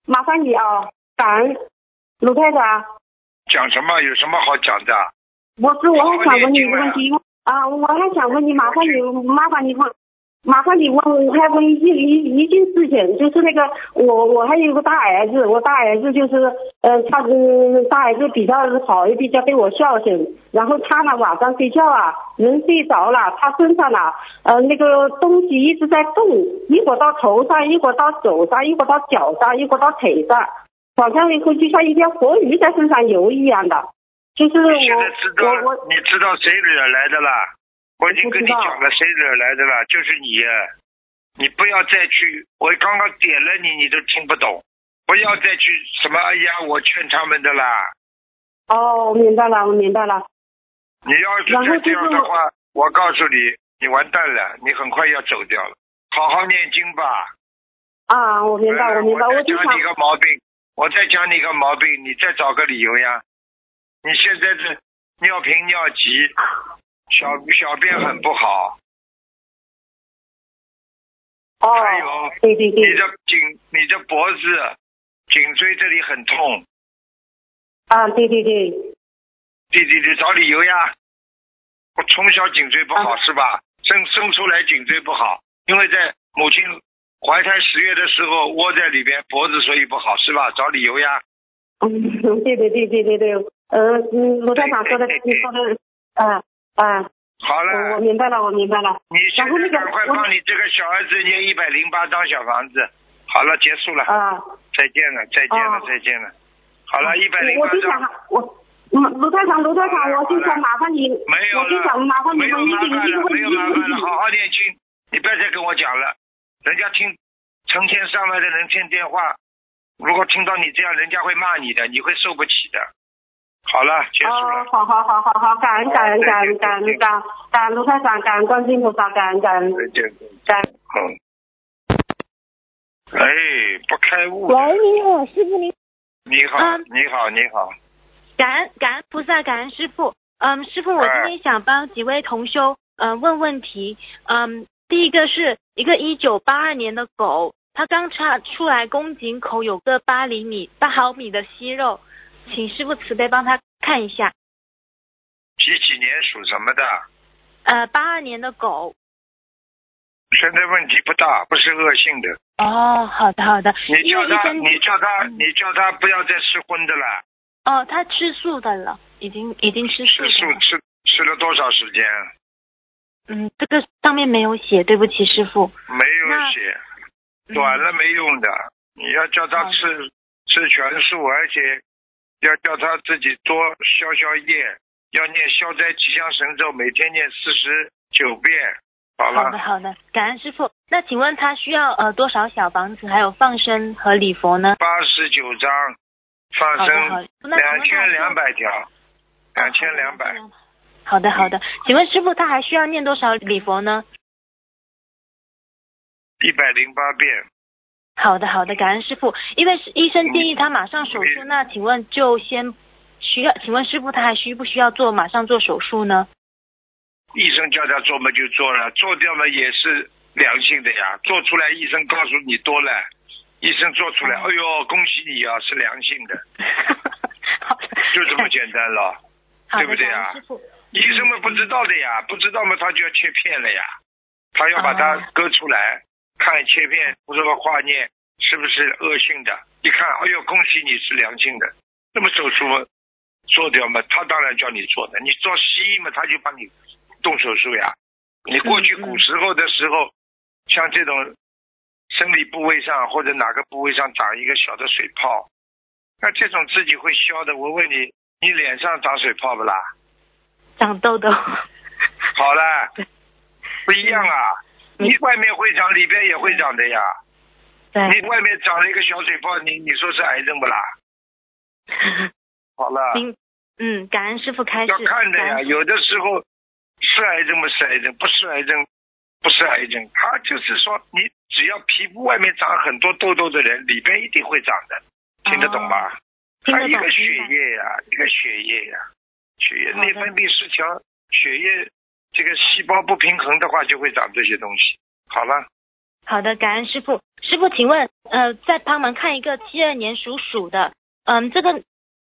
[SPEAKER 3] 麻烦你啊，感恩卢台长。
[SPEAKER 1] 讲什么有什么好讲的？啊
[SPEAKER 3] 我是我还想问你一个问题，因为啊，我还想问你，麻烦你麻烦你问，麻烦你问，我还问一件一一件事情，就是那个我我还有个大儿子，我大儿子就是呃，他嗯大儿子比较好，也比较对我孝顺，然后他呢晚上睡觉啊，人睡着了，他身上呢呃那个东西一直在动，一会儿到头上，一会儿到手上，一会儿到脚上，一会儿到腿上，好像一个就像一条活鱼在身上游一样的。就是我
[SPEAKER 1] 你现在知道
[SPEAKER 3] 我我
[SPEAKER 1] 你知道谁惹来的啦？我已经跟你
[SPEAKER 3] 我不知道
[SPEAKER 1] 讲了，谁惹来的啦？就是你，啊你不要再去，我刚刚点了你，你都听不懂，不要再去什么哎呀，我劝他们的啦。
[SPEAKER 3] 哦，明白了，我明白了。
[SPEAKER 1] 你要是再这样的话，我告诉你，你完蛋了，你很快要走掉了。好好念经吧。
[SPEAKER 3] 啊，我明白，
[SPEAKER 1] 哎
[SPEAKER 3] 我明白，
[SPEAKER 1] 我
[SPEAKER 3] 我
[SPEAKER 1] 再
[SPEAKER 3] 就
[SPEAKER 1] 讲
[SPEAKER 3] 想
[SPEAKER 1] 你个毛病，我再讲你个毛病，你再找个理由呀。你现在是尿频尿急，小小便很不好，
[SPEAKER 3] 哦
[SPEAKER 1] 还有，
[SPEAKER 3] 对对
[SPEAKER 1] 哎你
[SPEAKER 3] 对，
[SPEAKER 1] 的颈、你的脖子、颈椎这里很痛，
[SPEAKER 3] 啊，对对对，
[SPEAKER 1] 弟弟你找理由呀。我从小颈椎不好、
[SPEAKER 3] 啊
[SPEAKER 1] 是吧？生生出来颈椎不好，因为在母亲怀胎十月的时候窝在里边，脖子所以不好是吧？找理由呀。
[SPEAKER 3] 嗯，对对对对对对，呃，嗯，卢站长说的，
[SPEAKER 1] 对
[SPEAKER 3] 你
[SPEAKER 1] 对对
[SPEAKER 3] 说的，啊啊，
[SPEAKER 1] 好
[SPEAKER 3] 我我
[SPEAKER 1] 了，
[SPEAKER 3] 明白了，我明白了，
[SPEAKER 1] 你现
[SPEAKER 3] 然后
[SPEAKER 1] 在
[SPEAKER 3] 那个
[SPEAKER 1] 赶快
[SPEAKER 3] 我
[SPEAKER 1] 帮你这个小儿子念一百零八张小房子。好了，结束了，
[SPEAKER 3] 啊，
[SPEAKER 1] 再见了，再见了，
[SPEAKER 3] 哦
[SPEAKER 1] 再见了。好了，一百零
[SPEAKER 3] 我
[SPEAKER 1] 八
[SPEAKER 3] 我就
[SPEAKER 1] 张哎
[SPEAKER 3] 想。我。卢卢站长，卢站
[SPEAKER 1] 好
[SPEAKER 3] 长，
[SPEAKER 1] 了
[SPEAKER 3] 我就
[SPEAKER 1] 好
[SPEAKER 3] 想
[SPEAKER 1] 了
[SPEAKER 3] 麻烦你，
[SPEAKER 1] 没有
[SPEAKER 3] 我
[SPEAKER 1] 了，
[SPEAKER 3] 就想麻烦你
[SPEAKER 1] 没有
[SPEAKER 3] 问一
[SPEAKER 1] 麻
[SPEAKER 3] 个
[SPEAKER 1] 烦
[SPEAKER 3] 一个
[SPEAKER 1] 了，
[SPEAKER 3] 问
[SPEAKER 1] 没
[SPEAKER 3] 题，
[SPEAKER 1] 有
[SPEAKER 3] 一个
[SPEAKER 1] 麻
[SPEAKER 3] 问
[SPEAKER 1] 烦
[SPEAKER 3] 题
[SPEAKER 1] 了，好好念经，你不要再跟我讲了，人家听台成千上万的人听电话，如果听到你这样，人家会骂你的，你会受不起的。好了，结束了。
[SPEAKER 3] 哦，好好好好好，感恩感恩感恩感恩感恩感恩卢台长，感恩观世音菩萨，感恩感恩
[SPEAKER 1] 再见。
[SPEAKER 3] 感恩。
[SPEAKER 1] 嗯。哎，不开悟
[SPEAKER 4] 喂，
[SPEAKER 1] 的。
[SPEAKER 4] 你好，师傅你。
[SPEAKER 1] 你好
[SPEAKER 4] 嗯，
[SPEAKER 1] 你好，你好。
[SPEAKER 4] 感恩感恩菩萨，感恩师傅。嗯，师傅，我今
[SPEAKER 1] 哎
[SPEAKER 4] 天想帮几位同修嗯、呃问问题。嗯，第一个是一个一九八二年的狗，它刚查出来宫颈口有个八厘米八毫米的息肉，请师傅慈悲帮他看一下。
[SPEAKER 1] 几几年属什么的？
[SPEAKER 4] 呃，八二年的狗。
[SPEAKER 1] 现在问题不大，不是恶性的。
[SPEAKER 4] 哦，好的好的。
[SPEAKER 1] 你
[SPEAKER 4] 因为
[SPEAKER 1] 叫
[SPEAKER 4] 医
[SPEAKER 1] 他，
[SPEAKER 4] 生
[SPEAKER 1] 你叫他，
[SPEAKER 4] 嗯
[SPEAKER 1] 你叫他不要再吃荤的了。
[SPEAKER 4] 哦，他吃素的了，已经已经吃素
[SPEAKER 1] 吃
[SPEAKER 4] 的
[SPEAKER 1] 素
[SPEAKER 4] 了。
[SPEAKER 1] 吃吃了多少时间？
[SPEAKER 4] 嗯，这个上面没有写，对不起师傅。
[SPEAKER 1] 没有
[SPEAKER 4] 那
[SPEAKER 1] 写，
[SPEAKER 4] 嗯
[SPEAKER 1] 短了没用的。你要叫他
[SPEAKER 4] 好的
[SPEAKER 1] 吃吃全素，而且要叫他自己多消消业，要念消灾吉祥神咒，每天念四十九遍。好
[SPEAKER 4] 好的，
[SPEAKER 1] 了，
[SPEAKER 4] 好的，感恩师傅。那请问他需要呃多少小房子，还有放生和礼佛呢？
[SPEAKER 1] 八十九章放
[SPEAKER 4] 好的，好
[SPEAKER 1] 生
[SPEAKER 4] 的。那请
[SPEAKER 1] 两
[SPEAKER 4] 问他
[SPEAKER 1] 千
[SPEAKER 4] 需要哦
[SPEAKER 1] 两百条，两千两百。。
[SPEAKER 4] 好的，好的。请问师傅他还需要念多少礼佛呢？
[SPEAKER 1] 一百零八遍，
[SPEAKER 4] 好的，好的，感恩师傅。因为是医生建议他马上手术，
[SPEAKER 1] 嗯
[SPEAKER 4] 那请问就先需要？请问师傅他还需不需要做马上做手 术呢？
[SPEAKER 1] 医生叫他做嘛就做了，做掉嘛也是良性的呀。做出来，医生告诉你多了，医生做出来，
[SPEAKER 4] 嗯
[SPEAKER 1] 哎呦，恭喜你啊，是良性的，
[SPEAKER 4] 好的，
[SPEAKER 1] 就这么简单了。
[SPEAKER 4] 好的
[SPEAKER 1] 对不对啊
[SPEAKER 4] 感恩师傅，
[SPEAKER 1] 医生们不知道的呀，不知道嘛他就要切片了呀，他要把它
[SPEAKER 4] 啊
[SPEAKER 1] 割出来，看切片不是个化验是不是恶性的，一看，哎呦，恭喜你是良性的，那么手术嘛做掉嘛，他当然叫你做的，你做西医嘛，他就帮你动手术呀。你过去
[SPEAKER 4] 嗯嗯
[SPEAKER 1] 古时候的时候，像这种生理部位上或者哪个部位上长一个小的水泡，那这种自己会消的。我问你，你脸上长水泡不啦？
[SPEAKER 4] 长痘痘。
[SPEAKER 1] 好了，不一样啊！
[SPEAKER 4] 嗯
[SPEAKER 1] 你外面会长，里边也会长的呀。
[SPEAKER 4] 对
[SPEAKER 1] 你，外面长了一个小水泡，你你说是癌症不啦？好了，
[SPEAKER 4] 您嗯，感恩师傅开示。
[SPEAKER 1] 要看的
[SPEAKER 4] 感
[SPEAKER 1] 呀。
[SPEAKER 4] 恩
[SPEAKER 1] 有的时候是癌症不是癌症，不是癌症不是癌症，他就是说你只要皮肤外面长很多痘痘的人，里边一定会长的，听得懂吧？
[SPEAKER 4] 哦听
[SPEAKER 1] 它
[SPEAKER 4] 得
[SPEAKER 1] 一
[SPEAKER 4] 懂
[SPEAKER 1] 个，血
[SPEAKER 4] 明白
[SPEAKER 1] 液呀、一个血液呀、血液
[SPEAKER 4] 好的
[SPEAKER 1] 内分泌失调，血液这个细胞不平衡的话，就会长这些东西。好了，
[SPEAKER 4] 好的，感恩师傅。师傅，请问，呃，再帮忙看一个七二年属鼠的，嗯，这个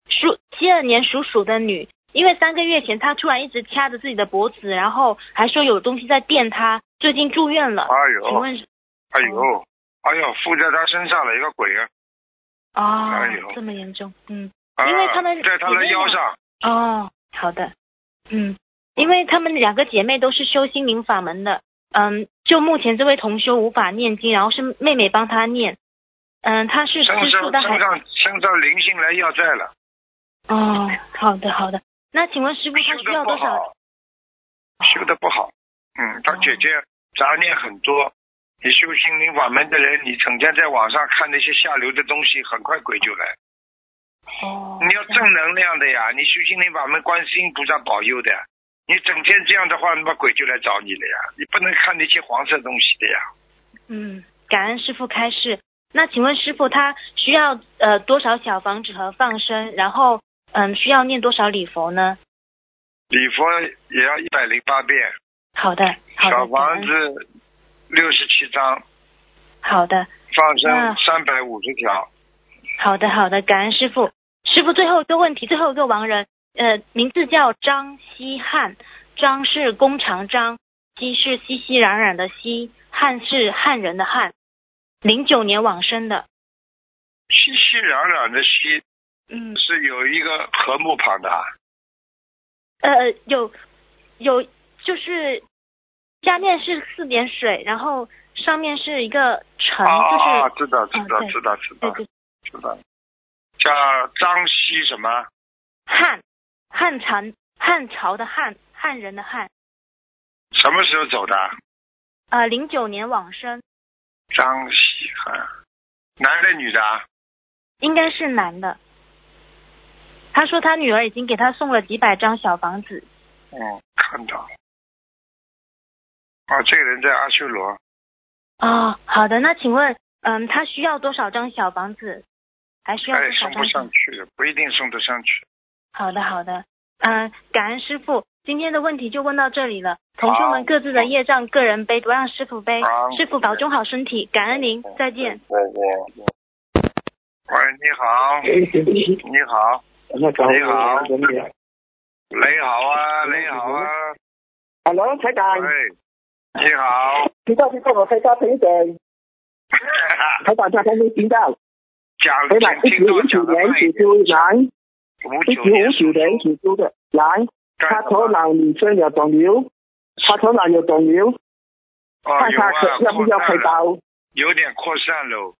[SPEAKER 4] 属七二年属鼠的女，因为三个月前她突然一直掐着自己的脖子，然后还说有东西在电她，最近住院了。
[SPEAKER 1] 哎
[SPEAKER 4] 请
[SPEAKER 1] 呦，
[SPEAKER 4] 问哦是，
[SPEAKER 1] 哎呦，哎呦，附在他身上了一个鬼啊！
[SPEAKER 4] 哦，
[SPEAKER 1] 哎呦
[SPEAKER 4] 这么严重，嗯，
[SPEAKER 1] 啊
[SPEAKER 4] 因为他们
[SPEAKER 1] 在他的腰上，
[SPEAKER 4] 哦，好的，嗯，因为她们两个姐妹都是修心灵法门的，嗯，就目前这位同修无法念经，然后是妹妹帮她念，嗯，她是
[SPEAKER 1] 身
[SPEAKER 4] 吃素
[SPEAKER 1] 上
[SPEAKER 4] 但还
[SPEAKER 1] 身上身上灵性来要债了，
[SPEAKER 4] 哦，好的好的。那请问师傅他
[SPEAKER 1] 修
[SPEAKER 4] 需
[SPEAKER 1] 的
[SPEAKER 4] 要
[SPEAKER 1] 不
[SPEAKER 4] 多少？
[SPEAKER 1] 好，修的不好。嗯，他
[SPEAKER 4] 哦
[SPEAKER 1] 姐姐杂念很多。你修心灵法门的人，你整天在网上看那些下流的东西，很快鬼就来。
[SPEAKER 4] 哦，
[SPEAKER 1] 你要正能量的呀，你修心灵法门，观世音菩萨保佑的。你整天这样的话，那么鬼就来找你了呀！你不能看那些黄色东西的呀。
[SPEAKER 4] 嗯，感恩师傅开示。那请问师傅他需要呃多少小房子和放生？然后嗯，需要念多少礼佛呢？
[SPEAKER 1] 礼佛也要一百零八遍，
[SPEAKER 4] 好的，
[SPEAKER 1] 小
[SPEAKER 4] 好的，感
[SPEAKER 1] 房
[SPEAKER 4] 恩
[SPEAKER 1] 子六十七张，
[SPEAKER 4] 好的，
[SPEAKER 1] 放生
[SPEAKER 4] 那
[SPEAKER 1] 三百五十条。
[SPEAKER 4] 好的，好的，感恩师傅。师傅最后一个问题，最后一个亡人，呃，名字叫张希汉，张是弓长张，熙是熙熙攘攘的熙，汉是汉人的汉，零九年往生的。
[SPEAKER 1] 熙熙攘攘的熙
[SPEAKER 4] 嗯，
[SPEAKER 1] 是有一个禾木旁的啊，
[SPEAKER 4] 呃，有有就是下面是四点水，然后上面是一个
[SPEAKER 1] 啊
[SPEAKER 4] 城，
[SPEAKER 1] 啊啊，
[SPEAKER 4] 就
[SPEAKER 1] 知道知道
[SPEAKER 4] 啊对
[SPEAKER 1] 知道知道
[SPEAKER 4] 是对对
[SPEAKER 1] 知道，叫张熙什么？
[SPEAKER 4] 汉汉朝汉朝的汉汉人的汉。
[SPEAKER 1] 什么时候走的啊？
[SPEAKER 4] 呃，零九年往生，
[SPEAKER 1] 张喜啊，男的女的啊？
[SPEAKER 4] 应该是男的。他说他女儿已经给他送了几百张小房子。
[SPEAKER 1] 嗯，看到了。啊，这个人在阿修罗，
[SPEAKER 4] 哦，好的，那请问，嗯，他需要多少张小房子？还需要
[SPEAKER 1] 他
[SPEAKER 4] 多
[SPEAKER 1] 也
[SPEAKER 4] 少
[SPEAKER 1] 哎送不
[SPEAKER 4] 张？
[SPEAKER 1] 上去的，不一定送得上去。
[SPEAKER 4] 好的，好的，嗯，感恩师傅，今天的问题就问到这里了。同学
[SPEAKER 1] 好
[SPEAKER 4] 们各自的业障个人背，都让师傅背
[SPEAKER 1] 好。
[SPEAKER 4] 师傅保重好身体，感恩您，再见。
[SPEAKER 1] 嗯我我。喂，你好，你好，
[SPEAKER 5] 那搞
[SPEAKER 1] 你好
[SPEAKER 5] 兄弟。
[SPEAKER 1] 雷好啊，雷好啊，
[SPEAKER 5] Hello，台长，
[SPEAKER 1] 喂，哎你好，
[SPEAKER 5] 知道是跟我台长陪诊，台长他还没听到，
[SPEAKER 1] 讲
[SPEAKER 5] 台长
[SPEAKER 1] 请
[SPEAKER 5] 一
[SPEAKER 1] 听
[SPEAKER 5] 九
[SPEAKER 1] 我
[SPEAKER 5] 五
[SPEAKER 1] 讲
[SPEAKER 5] 九
[SPEAKER 1] 的
[SPEAKER 5] 年
[SPEAKER 1] 慢一
[SPEAKER 5] 属
[SPEAKER 1] 点，
[SPEAKER 5] 猪男，
[SPEAKER 1] 五
[SPEAKER 5] 一
[SPEAKER 1] 九
[SPEAKER 5] 九五九年
[SPEAKER 1] 年
[SPEAKER 5] 属猪的男，
[SPEAKER 1] 干
[SPEAKER 5] 他
[SPEAKER 1] 什
[SPEAKER 5] 头
[SPEAKER 1] 么
[SPEAKER 5] 脑女生有肿瘤，他头脑有肿瘤，
[SPEAKER 1] 哦
[SPEAKER 5] 看
[SPEAKER 1] 有
[SPEAKER 5] 他
[SPEAKER 1] 啊
[SPEAKER 5] 可要不要开
[SPEAKER 1] 扩散了，
[SPEAKER 5] 刀
[SPEAKER 1] 有点扩散喽，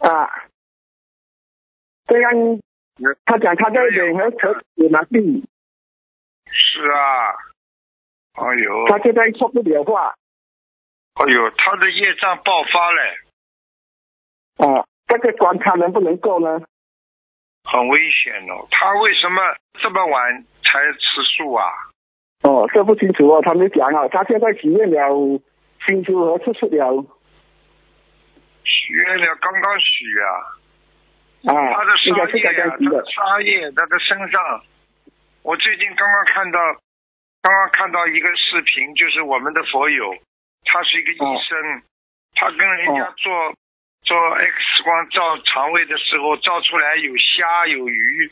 [SPEAKER 5] 啊？这样，他讲他在脸和舌有麻痹，
[SPEAKER 1] 是啊，哎呦，
[SPEAKER 5] 他现在说不了话
[SPEAKER 1] 哎呦，他的业障爆发了，
[SPEAKER 5] 啊，这个关他能不能够呢？
[SPEAKER 1] 很危险哦，他为什么这么晚才吃素啊？
[SPEAKER 5] 哦，这不清楚哦，他没讲啊，他现在体验了新书和出书了
[SPEAKER 1] 许愿了，刚刚许啊。
[SPEAKER 5] 啊
[SPEAKER 1] 他的，
[SPEAKER 5] 应该
[SPEAKER 1] 沙
[SPEAKER 5] 是刚
[SPEAKER 1] 叶啊，
[SPEAKER 5] 刚提
[SPEAKER 1] 他
[SPEAKER 5] 的
[SPEAKER 1] 的。沙叶，他的身上，我最近刚刚看到，刚刚看到一个视频，就是我们的佛友，他是一个医生，他跟人家
[SPEAKER 5] 哦
[SPEAKER 1] 做、做 X 光照肠胃的时候，照出来有虾有鱼，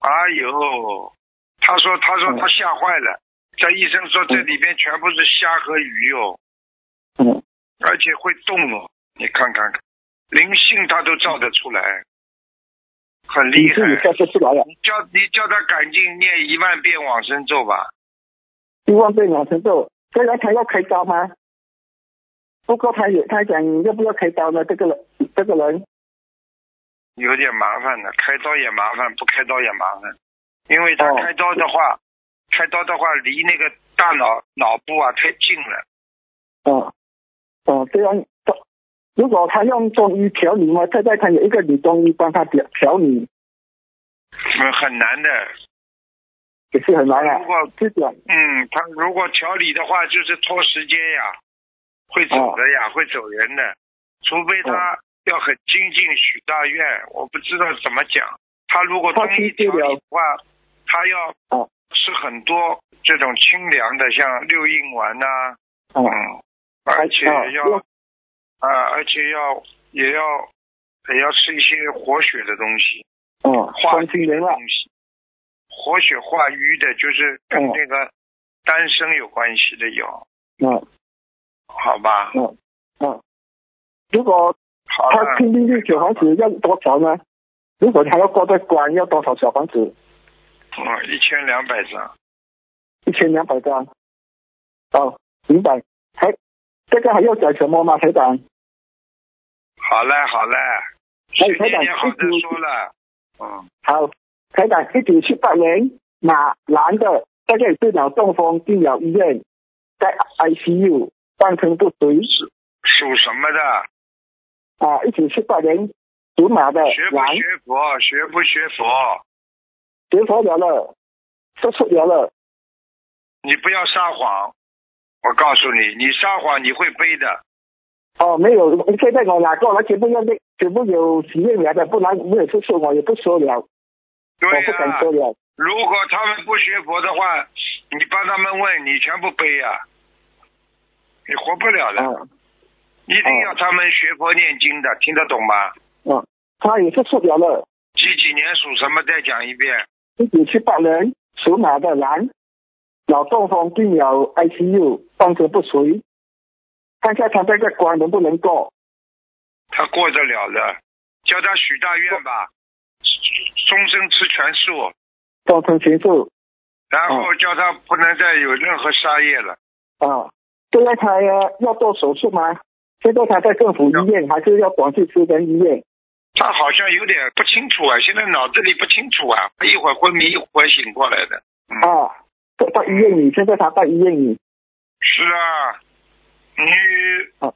[SPEAKER 1] 哎呦，他说他说
[SPEAKER 5] 嗯
[SPEAKER 1] 他吓坏了，这医生说这里边全部是虾和鱼哦。
[SPEAKER 5] 嗯，
[SPEAKER 1] 而且会动哦，你看看，灵性他都照得出来，很
[SPEAKER 5] 你
[SPEAKER 1] 厉害
[SPEAKER 5] 自。己说不出来了，
[SPEAKER 1] 你叫你叫他赶紧念一万遍往生咒吧，
[SPEAKER 5] 一万倍往成咒，虽然他要开刀吗？不过他也他讲要不要开刀呢？这个人这个人
[SPEAKER 1] 有点麻烦的，开刀也麻烦，不开刀也麻烦，因为他
[SPEAKER 5] 哦
[SPEAKER 1] 开刀的话，开刀的话离那个大脑脑部啊太近了，
[SPEAKER 5] 哦哦，这样如果他用中医调理嘛，现在他有一个女中医帮他调调理，
[SPEAKER 1] 嗯很难的。
[SPEAKER 5] 也是很难
[SPEAKER 1] 如
[SPEAKER 5] 啊。
[SPEAKER 1] 果
[SPEAKER 5] 是讲
[SPEAKER 1] 嗯，他如果调理的话，就是拖时间呀，会走的呀，会走人的，除非他要很精进许大愿，我不知道怎么讲。他如果中医调理的话，他要
[SPEAKER 5] 哦
[SPEAKER 1] 吃很多这种清凉的，像六应丸呐、
[SPEAKER 5] 哦
[SPEAKER 1] 嗯，而且
[SPEAKER 5] 哦
[SPEAKER 1] 要啊、而且要也要也要吃一些活血的东西。
[SPEAKER 5] 哦，
[SPEAKER 1] 化
[SPEAKER 5] 关心
[SPEAKER 1] 瘀
[SPEAKER 5] 人
[SPEAKER 1] 的
[SPEAKER 5] 了
[SPEAKER 1] 东西，活血化瘀的，就是跟
[SPEAKER 5] 嗯
[SPEAKER 1] 那个丹参有关系的药，
[SPEAKER 5] 哦
[SPEAKER 1] 好吧？
[SPEAKER 5] 哦哦，如果
[SPEAKER 1] 好
[SPEAKER 5] 他
[SPEAKER 1] 了，
[SPEAKER 5] 拼命的小房子要多少呢？如果他要过这关，要多少小房子？
[SPEAKER 1] 嗯，一千两百张，
[SPEAKER 5] 一千两百张。哦，明白。还这个还要讲什么吗，台长？
[SPEAKER 1] 好嘞，好嘞，
[SPEAKER 5] 哎
[SPEAKER 1] 时
[SPEAKER 5] 台
[SPEAKER 1] 间
[SPEAKER 5] 长
[SPEAKER 1] 也好再
[SPEAKER 5] 谢谢
[SPEAKER 1] 说了，嗯，
[SPEAKER 5] 好，台长，一九七八年马男的，大概是脑中风进了医院，在 ICU 半身不遂
[SPEAKER 1] 属什么的？
[SPEAKER 5] 啊。一九七八年属马的
[SPEAKER 1] 学不
[SPEAKER 5] 男，
[SPEAKER 1] 学佛？学不学佛？
[SPEAKER 5] 学佛了了，手术了了，
[SPEAKER 1] 你不要撒谎，我告诉你，你撒谎你会背的。
[SPEAKER 5] 哦，没有，现在我拿过来全部用的，全部有许愿来的，不然没有手术我也不说了，
[SPEAKER 1] 对啊
[SPEAKER 5] 我不
[SPEAKER 1] 呀、
[SPEAKER 5] 敢说了。
[SPEAKER 1] 如果他们不学佛的话，你帮他们问，你全部背呀、你活不了的。
[SPEAKER 5] 啊，
[SPEAKER 1] 一定要他们学佛念经的，听得懂吗？
[SPEAKER 5] 哦，他也是受了了。
[SPEAKER 1] 几几年属什么？再讲一遍。
[SPEAKER 5] 一九七八年属马的男，脑中风进了 ICU，半身不遂。看看他这个关能不能过？
[SPEAKER 1] 他过得了的，叫他许大愿吧，终身吃全素，
[SPEAKER 5] 造成全素
[SPEAKER 1] 然后叫他不能再有任何杀业了。
[SPEAKER 5] 啊！现在他呃要做手术吗？现在他在政府医院还是要转去私人医院？
[SPEAKER 1] 他好像有点不清楚啊，现在脑子里不清楚啊，一会儿昏迷，一会儿醒过来的。嗯，
[SPEAKER 5] 啊，在在医院里，现在他在医院里。
[SPEAKER 1] 是啊，你、
[SPEAKER 5] 哦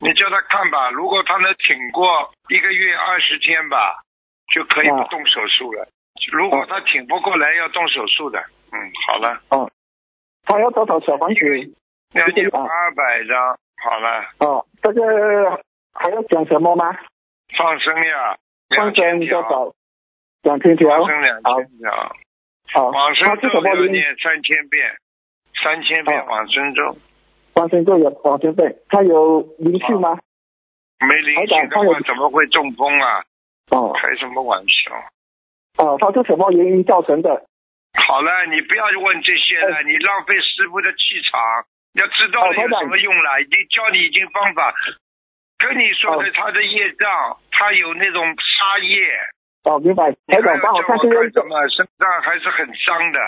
[SPEAKER 1] 你叫他看吧，如果他能挺过一个月二十天吧，就可以不
[SPEAKER 5] 啊
[SPEAKER 1] 动手术了。如果他挺不过来，要动手术的。嗯，好了，
[SPEAKER 5] 哦，他要多少小房子？
[SPEAKER 1] 要
[SPEAKER 5] 谢谢
[SPEAKER 1] 你
[SPEAKER 5] 啊
[SPEAKER 1] 八百张，好了，
[SPEAKER 5] 哦，这个还要讲什么吗？
[SPEAKER 1] 放生呀，
[SPEAKER 5] 放生
[SPEAKER 1] 2000
[SPEAKER 5] 多
[SPEAKER 1] 条，
[SPEAKER 5] 少？两千条。
[SPEAKER 1] 放生两
[SPEAKER 5] 好
[SPEAKER 1] 千条，
[SPEAKER 5] 好，
[SPEAKER 1] 往
[SPEAKER 5] 他
[SPEAKER 1] 生
[SPEAKER 5] 是什
[SPEAKER 1] 咒
[SPEAKER 5] 么
[SPEAKER 1] 要
[SPEAKER 5] 原因？
[SPEAKER 1] 念三千遍，三千遍
[SPEAKER 5] 哦
[SPEAKER 1] 往生咒，
[SPEAKER 5] 放生就有往生费，他有灵性吗？
[SPEAKER 1] 没灵性
[SPEAKER 5] 台
[SPEAKER 1] 的
[SPEAKER 5] 长他有
[SPEAKER 1] 话怎么会中风啊？
[SPEAKER 5] 哦
[SPEAKER 1] 开什么玩笑？
[SPEAKER 5] 哦，他是什么原因造成的？
[SPEAKER 1] 好了，你不要问这些了，
[SPEAKER 5] 哎
[SPEAKER 1] 你浪费师傅的气场。要知道了
[SPEAKER 5] 哦台
[SPEAKER 1] 有
[SPEAKER 5] 长
[SPEAKER 1] 什么用了？已经教你已经方法，跟你说的
[SPEAKER 5] 哦
[SPEAKER 1] 他的业障，他有那种杀业。
[SPEAKER 5] 哦，明白。
[SPEAKER 1] 你
[SPEAKER 5] 台
[SPEAKER 1] 还要
[SPEAKER 5] 长，帮
[SPEAKER 1] 叫
[SPEAKER 5] 我看这
[SPEAKER 1] 我
[SPEAKER 5] 个
[SPEAKER 1] 干什么？身上还是很脏的，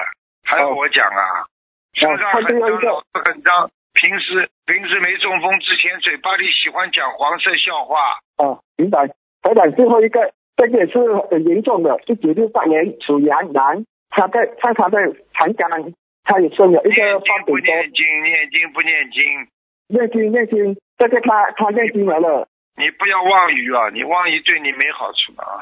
[SPEAKER 1] 还要
[SPEAKER 5] 哦
[SPEAKER 1] 我讲啊？身上
[SPEAKER 5] 看
[SPEAKER 1] 很脏，
[SPEAKER 5] 这个一个
[SPEAKER 1] 脑子很脏。平时平时没中风之前，嘴巴里喜欢讲黄色笑话。
[SPEAKER 5] 哦，明白。台长，最后一个，这个也是很严重的，一九六八年属羊男，他在在他的长江，他也送了一
[SPEAKER 1] 念
[SPEAKER 5] 个
[SPEAKER 1] 经
[SPEAKER 5] 八
[SPEAKER 1] 不
[SPEAKER 5] 点多
[SPEAKER 1] 念经？念经不念经？
[SPEAKER 5] 念经念经，这个他他念经来了。
[SPEAKER 1] 你不要妄语啊！你妄语对你没好处的啊！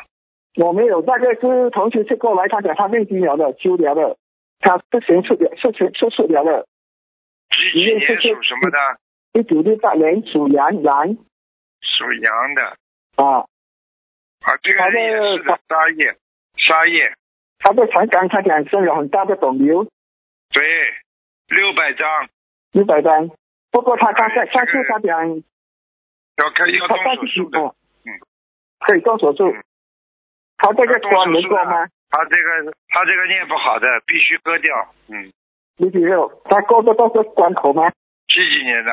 [SPEAKER 5] 我没有，那个是同学是过来，他讲他念经了的，修疗的，他事情处理事情处处疗了。
[SPEAKER 1] 几几
[SPEAKER 5] 你念
[SPEAKER 1] 年
[SPEAKER 5] 这嗯些
[SPEAKER 1] 属什么的？
[SPEAKER 5] 一九六八年属羊男
[SPEAKER 1] 属羊的
[SPEAKER 5] 啊，
[SPEAKER 1] 啊，这个
[SPEAKER 5] 好的
[SPEAKER 1] 人也是的，沙叶，沙叶，
[SPEAKER 5] 他在长江，他讲生了很大的肿瘤，
[SPEAKER 1] 对，六百张，
[SPEAKER 5] 六百张。不过他刚才
[SPEAKER 1] 哎这个
[SPEAKER 5] 上次他讲
[SPEAKER 1] 要开要
[SPEAKER 5] 他
[SPEAKER 1] 动
[SPEAKER 5] 上
[SPEAKER 1] 手
[SPEAKER 5] 次
[SPEAKER 1] 术的，
[SPEAKER 5] 哦
[SPEAKER 1] 嗯
[SPEAKER 5] 可以动手术
[SPEAKER 1] 嗯。
[SPEAKER 5] 他这个
[SPEAKER 1] 要动
[SPEAKER 5] 关
[SPEAKER 1] 手
[SPEAKER 5] 能
[SPEAKER 1] 术
[SPEAKER 5] 过
[SPEAKER 1] 的
[SPEAKER 5] 吗？
[SPEAKER 1] 他这个他这个念不好的，必须割掉。嗯，
[SPEAKER 5] 李九六，他过得到这关口吗？
[SPEAKER 1] 几几年的？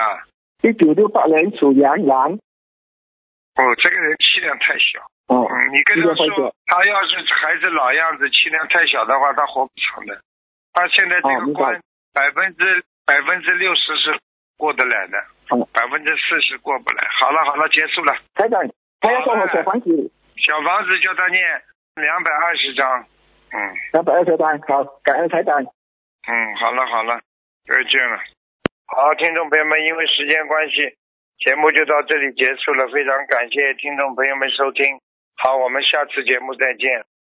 [SPEAKER 5] 一九六八年属羊男。
[SPEAKER 1] 哦，这个人气量太小。
[SPEAKER 5] 哦，
[SPEAKER 1] 嗯，你跟他
[SPEAKER 5] 气量太
[SPEAKER 1] 说
[SPEAKER 5] 小，
[SPEAKER 1] 他要是还是老样子，气量太小的话，他活不长的。他现在这
[SPEAKER 5] 哦
[SPEAKER 1] 个
[SPEAKER 5] 明白
[SPEAKER 1] 关百分之百分之六十是过得来的
[SPEAKER 5] 哦，
[SPEAKER 1] 百分之四十过不来。好了好了，结束了。
[SPEAKER 5] 台长，他要送我小房子
[SPEAKER 1] 小房子叫他念两百二十张。嗯
[SPEAKER 5] 两百二十张，好，感恩台长。
[SPEAKER 1] 嗯，好了好了，再见了。好，听众朋友们，因为时间关系，节目就到这里结束了。非常感谢听众朋友们收听，好，我们下次节目再见。